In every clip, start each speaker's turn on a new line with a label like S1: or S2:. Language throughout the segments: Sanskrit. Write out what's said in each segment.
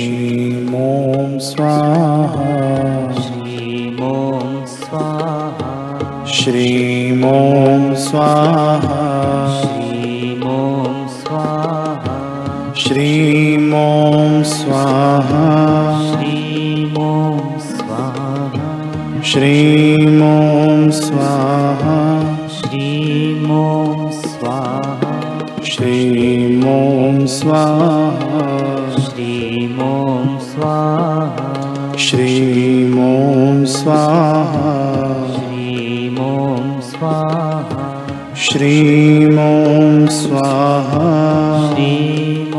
S1: श्रीमों स्वाहा
S2: श्रीमों स्वाहा
S1: श्रीमों स्वाहा
S2: श्रीमों स्वाहा
S1: श्रीमों स्वाहा
S2: श्रीमों स्वाहा
S1: श्रीमों स्वाहा
S2: श्रीमों स्वाहा
S1: श्रीमों स्वाहा
S2: श्रीमों स्वाहा
S1: श्रीमों स्वाहा
S2: श्रीमों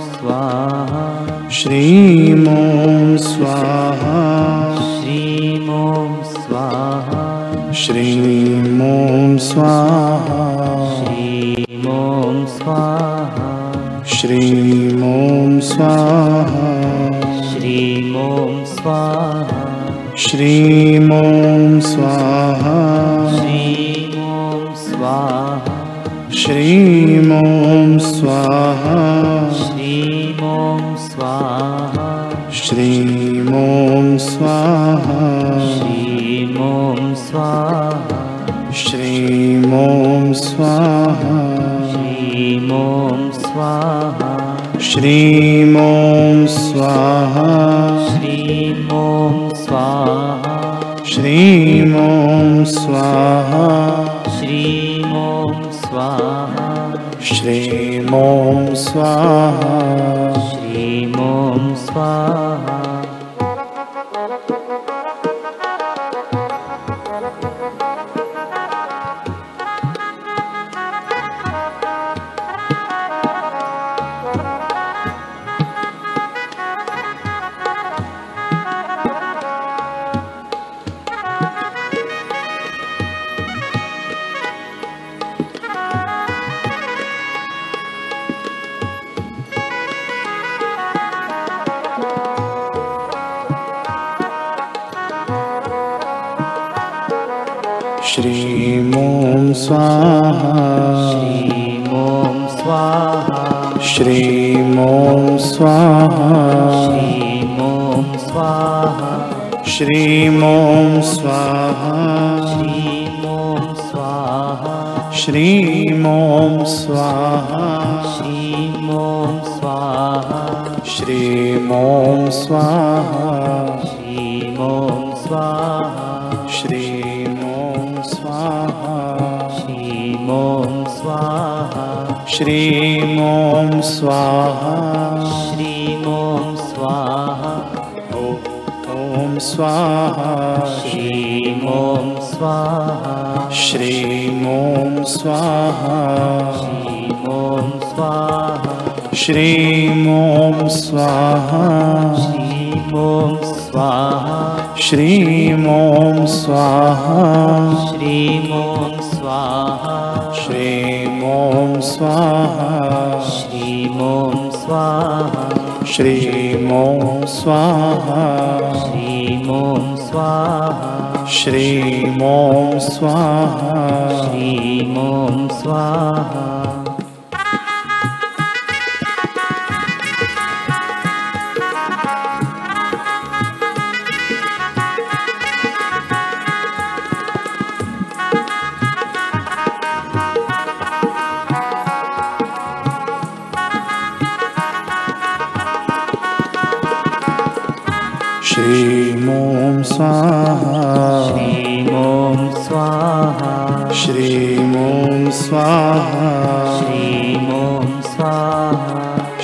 S2: स्वाहा
S1: श्रीमों स्वाहा
S2: श्रीमों स्वाहा
S1: श्रीमों स्वाहा
S2: श्रीमों स्वाहा
S1: श्रीमों स्वाहा
S2: श्रीमों स्वाहा
S1: श्रीमों स्वाहा
S2: श्रीमों स्वाहा
S1: श्रीमों स्वाहा
S2: श्रीमों स्वाहा
S1: श्रीमों स्वाहा
S2: श्रीमों स्वाहा
S1: श्रीमों स्वाहा
S2: श्रीमों स्वाहा
S1: श्रीमों स्वाहा
S2: श्रीमों
S1: श्रीमों
S2: स्वाहा
S1: स्वाहा श्रीमों
S2: श्रीमों स्वाहा
S1: स्वाहा
S2: श्रीमों
S1: श्रीमों
S2: स्वाहा
S1: स्वाहा
S2: श्रीमों स्वाहा
S1: श्रीमों स्वाहा
S2: श्रीमों स्वाहा
S1: श्रीमों स्वाहा
S2: श्रीमों स्वाहा
S1: श्रीमों स्वाहा
S2: श्रीमों स्वाहा
S1: श्रीमों स्वाहा
S2: श्रीमों स्वाहा
S1: श्रीमों स्वाहा
S2: श्रीमों स्वाहा
S1: श्रीमों स्वाहा
S2: श्रीमों स्वाहा
S1: श्रीमों स्वाहा
S2: श्रीमों स्वाहा
S1: ॐ स्वाहा श्रीमों स्वाहा
S2: श्रीमों स्वाहा श्रीमों स्वाहा
S1: श्रीमों स्वाहा
S2: श्रीमों स्वाहा
S1: श्रीमों स्वाहा
S2: श्रीमों स्वाहा
S1: श्रीमों स्वाहा श्रीमों स्वाहा
S2: श्रीमों स्वाहा श्रीमों
S1: श्रीमों
S2: स्वाहा
S1: स्वाहा
S2: श्रीमों स्वाहा
S1: श्रीमों स्वाहा
S2: श्रीमों स्वाहा
S1: श्रीमों स्वाहा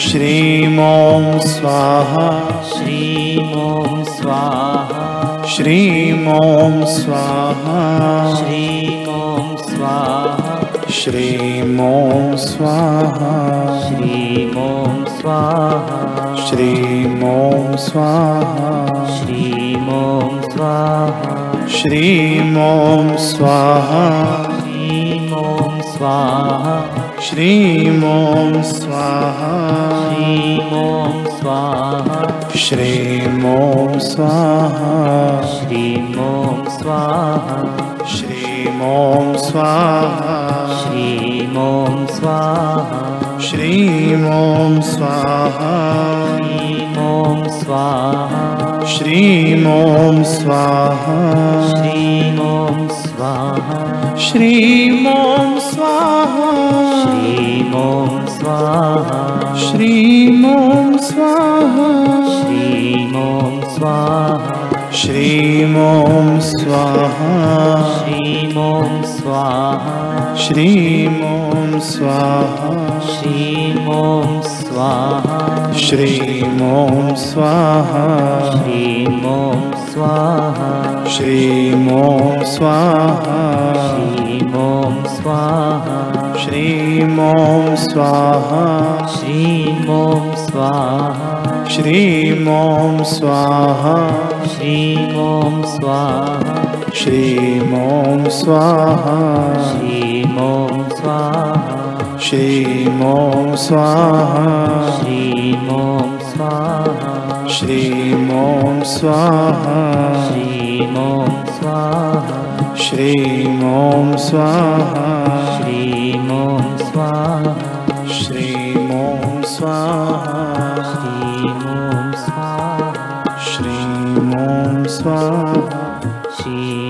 S2: श्रीमों स्वाहा
S1: श्रीमों स्वाहा
S2: श्रीमों स्वाहा
S1: श्रीमों स्वाहा
S2: श्रीमों स्वाहा
S1: श्रीमों स्वाहा
S2: श्रीमों स्वाहा
S1: श्रीमों स्वाहा
S2: श्रीमों स्वाहा
S1: श्रीमों स्वाहा
S2: श्रीमों स्वाहा
S1: श्रीमों स्वाहा
S2: श्रीमों स्वाहा
S1: श्रीमों स्वाहा
S2: श्रीमों स्वाहा
S1: श्रीमों स्वाहा
S2: श्रीमों स्वाहा
S1: श्रीं ॐ स्वाहा
S2: ह्रीं ॐ स्वाहा
S1: श्रीं ॐ स्वाहा
S2: ह्रीं ॐ स्वाहा
S1: श्रीं ॐ स्वाहा
S2: ह्रीं
S1: श्रीं
S2: ॐ स्वाहा
S1: ॐ स्वाहा
S2: ह्रीं ॐ स्वाहा
S1: श्रीं ॐ स्वाहा
S2: ह्रीं ॐ स्वाहा
S1: श्रीं ॐ स्वाहा
S2: ह्रीं ॐ स्वाहा
S1: श्रीं ॐ स्वाहा
S2: ह्रीं ॐ स्वाहा
S1: श्रीं ॐ स्वाहा
S2: ह्रीं ॐ स्वाहा
S1: श्रीं ॐ स्वाहा
S2: ह्रीं ॐ स्वाहा
S1: श्रीं ॐ स्वाहा
S2: ह्रीं ॐ स्वाहा
S1: श्रीं ॐ स्वाहा
S2: ह्रीं ॐ स्वाहा
S1: श्रीं ॐ स्वाहा
S2: ह्रीं ॐ स्वाहा
S1: श्रीं ॐ स्वाहा
S2: ह्रीं ॐ स्वाहा
S1: श्रीं ॐ स्वाहा श्रीं ॐ
S2: ह्रीं ॐ स्वाहा
S1: स्वाहा
S2: ह्रीं ॐ स्वाहा
S1: श्रीं ॐ स्वाहा
S2: ह्रीं